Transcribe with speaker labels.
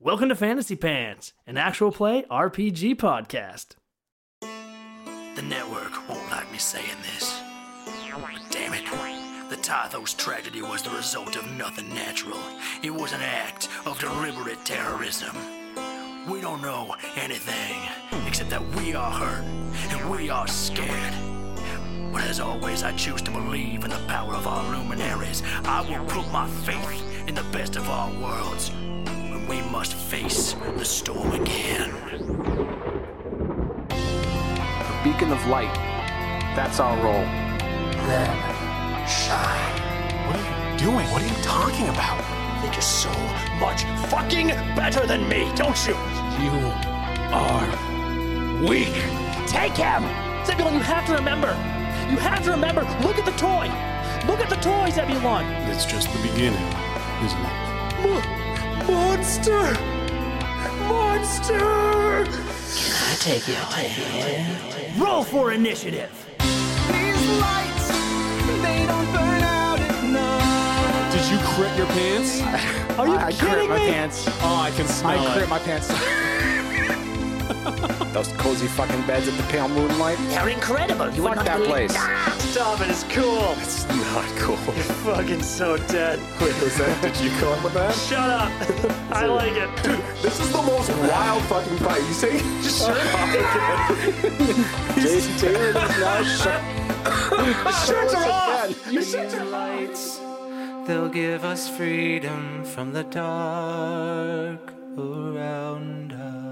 Speaker 1: Welcome to Fantasy Pants, an actual play RPG podcast. The network won't like me saying this. Damn it. The Tythos tragedy was the result of nothing natural. It was an act of deliberate terrorism. We don't know anything except that we are hurt and we are scared. But as always, I choose to believe in the power of our luminaries. I will put my faith in the best of our worlds when we must face the storm again.
Speaker 2: A beacon of light. That's our role.
Speaker 1: Then shine.
Speaker 3: What are you doing? What are you talking about?
Speaker 1: Think you're so much fucking better than me, don't you?
Speaker 3: You are weak.
Speaker 1: Take him! Zebulon, you have to remember. You have to remember. Look at the toy. Look at the toy, Zebulon.
Speaker 3: That's just the beginning, isn't it?
Speaker 1: Monster! Monster! Can I take you? Roll for initiative.
Speaker 3: Did you crit your pants?
Speaker 1: Are you
Speaker 2: I
Speaker 1: kidding
Speaker 2: crit my
Speaker 1: me?
Speaker 2: pants.
Speaker 3: Oh, I can smell
Speaker 2: I
Speaker 3: it.
Speaker 2: crit my pants. Those cozy fucking beds at the pale moonlight.
Speaker 1: They're incredible. You
Speaker 2: Fuck that place.
Speaker 1: Ah, Stop it. It's cool.
Speaker 3: It's not cool.
Speaker 1: Fucking so dead.
Speaker 3: Wait, was that? Did you come up with that?
Speaker 1: Shut up. I like it.
Speaker 3: This is the most wild fucking fight. You say? Just shut up.
Speaker 2: Jason Taylor does not shut
Speaker 3: Shirts are off.
Speaker 4: They'll give us freedom from the dark around us.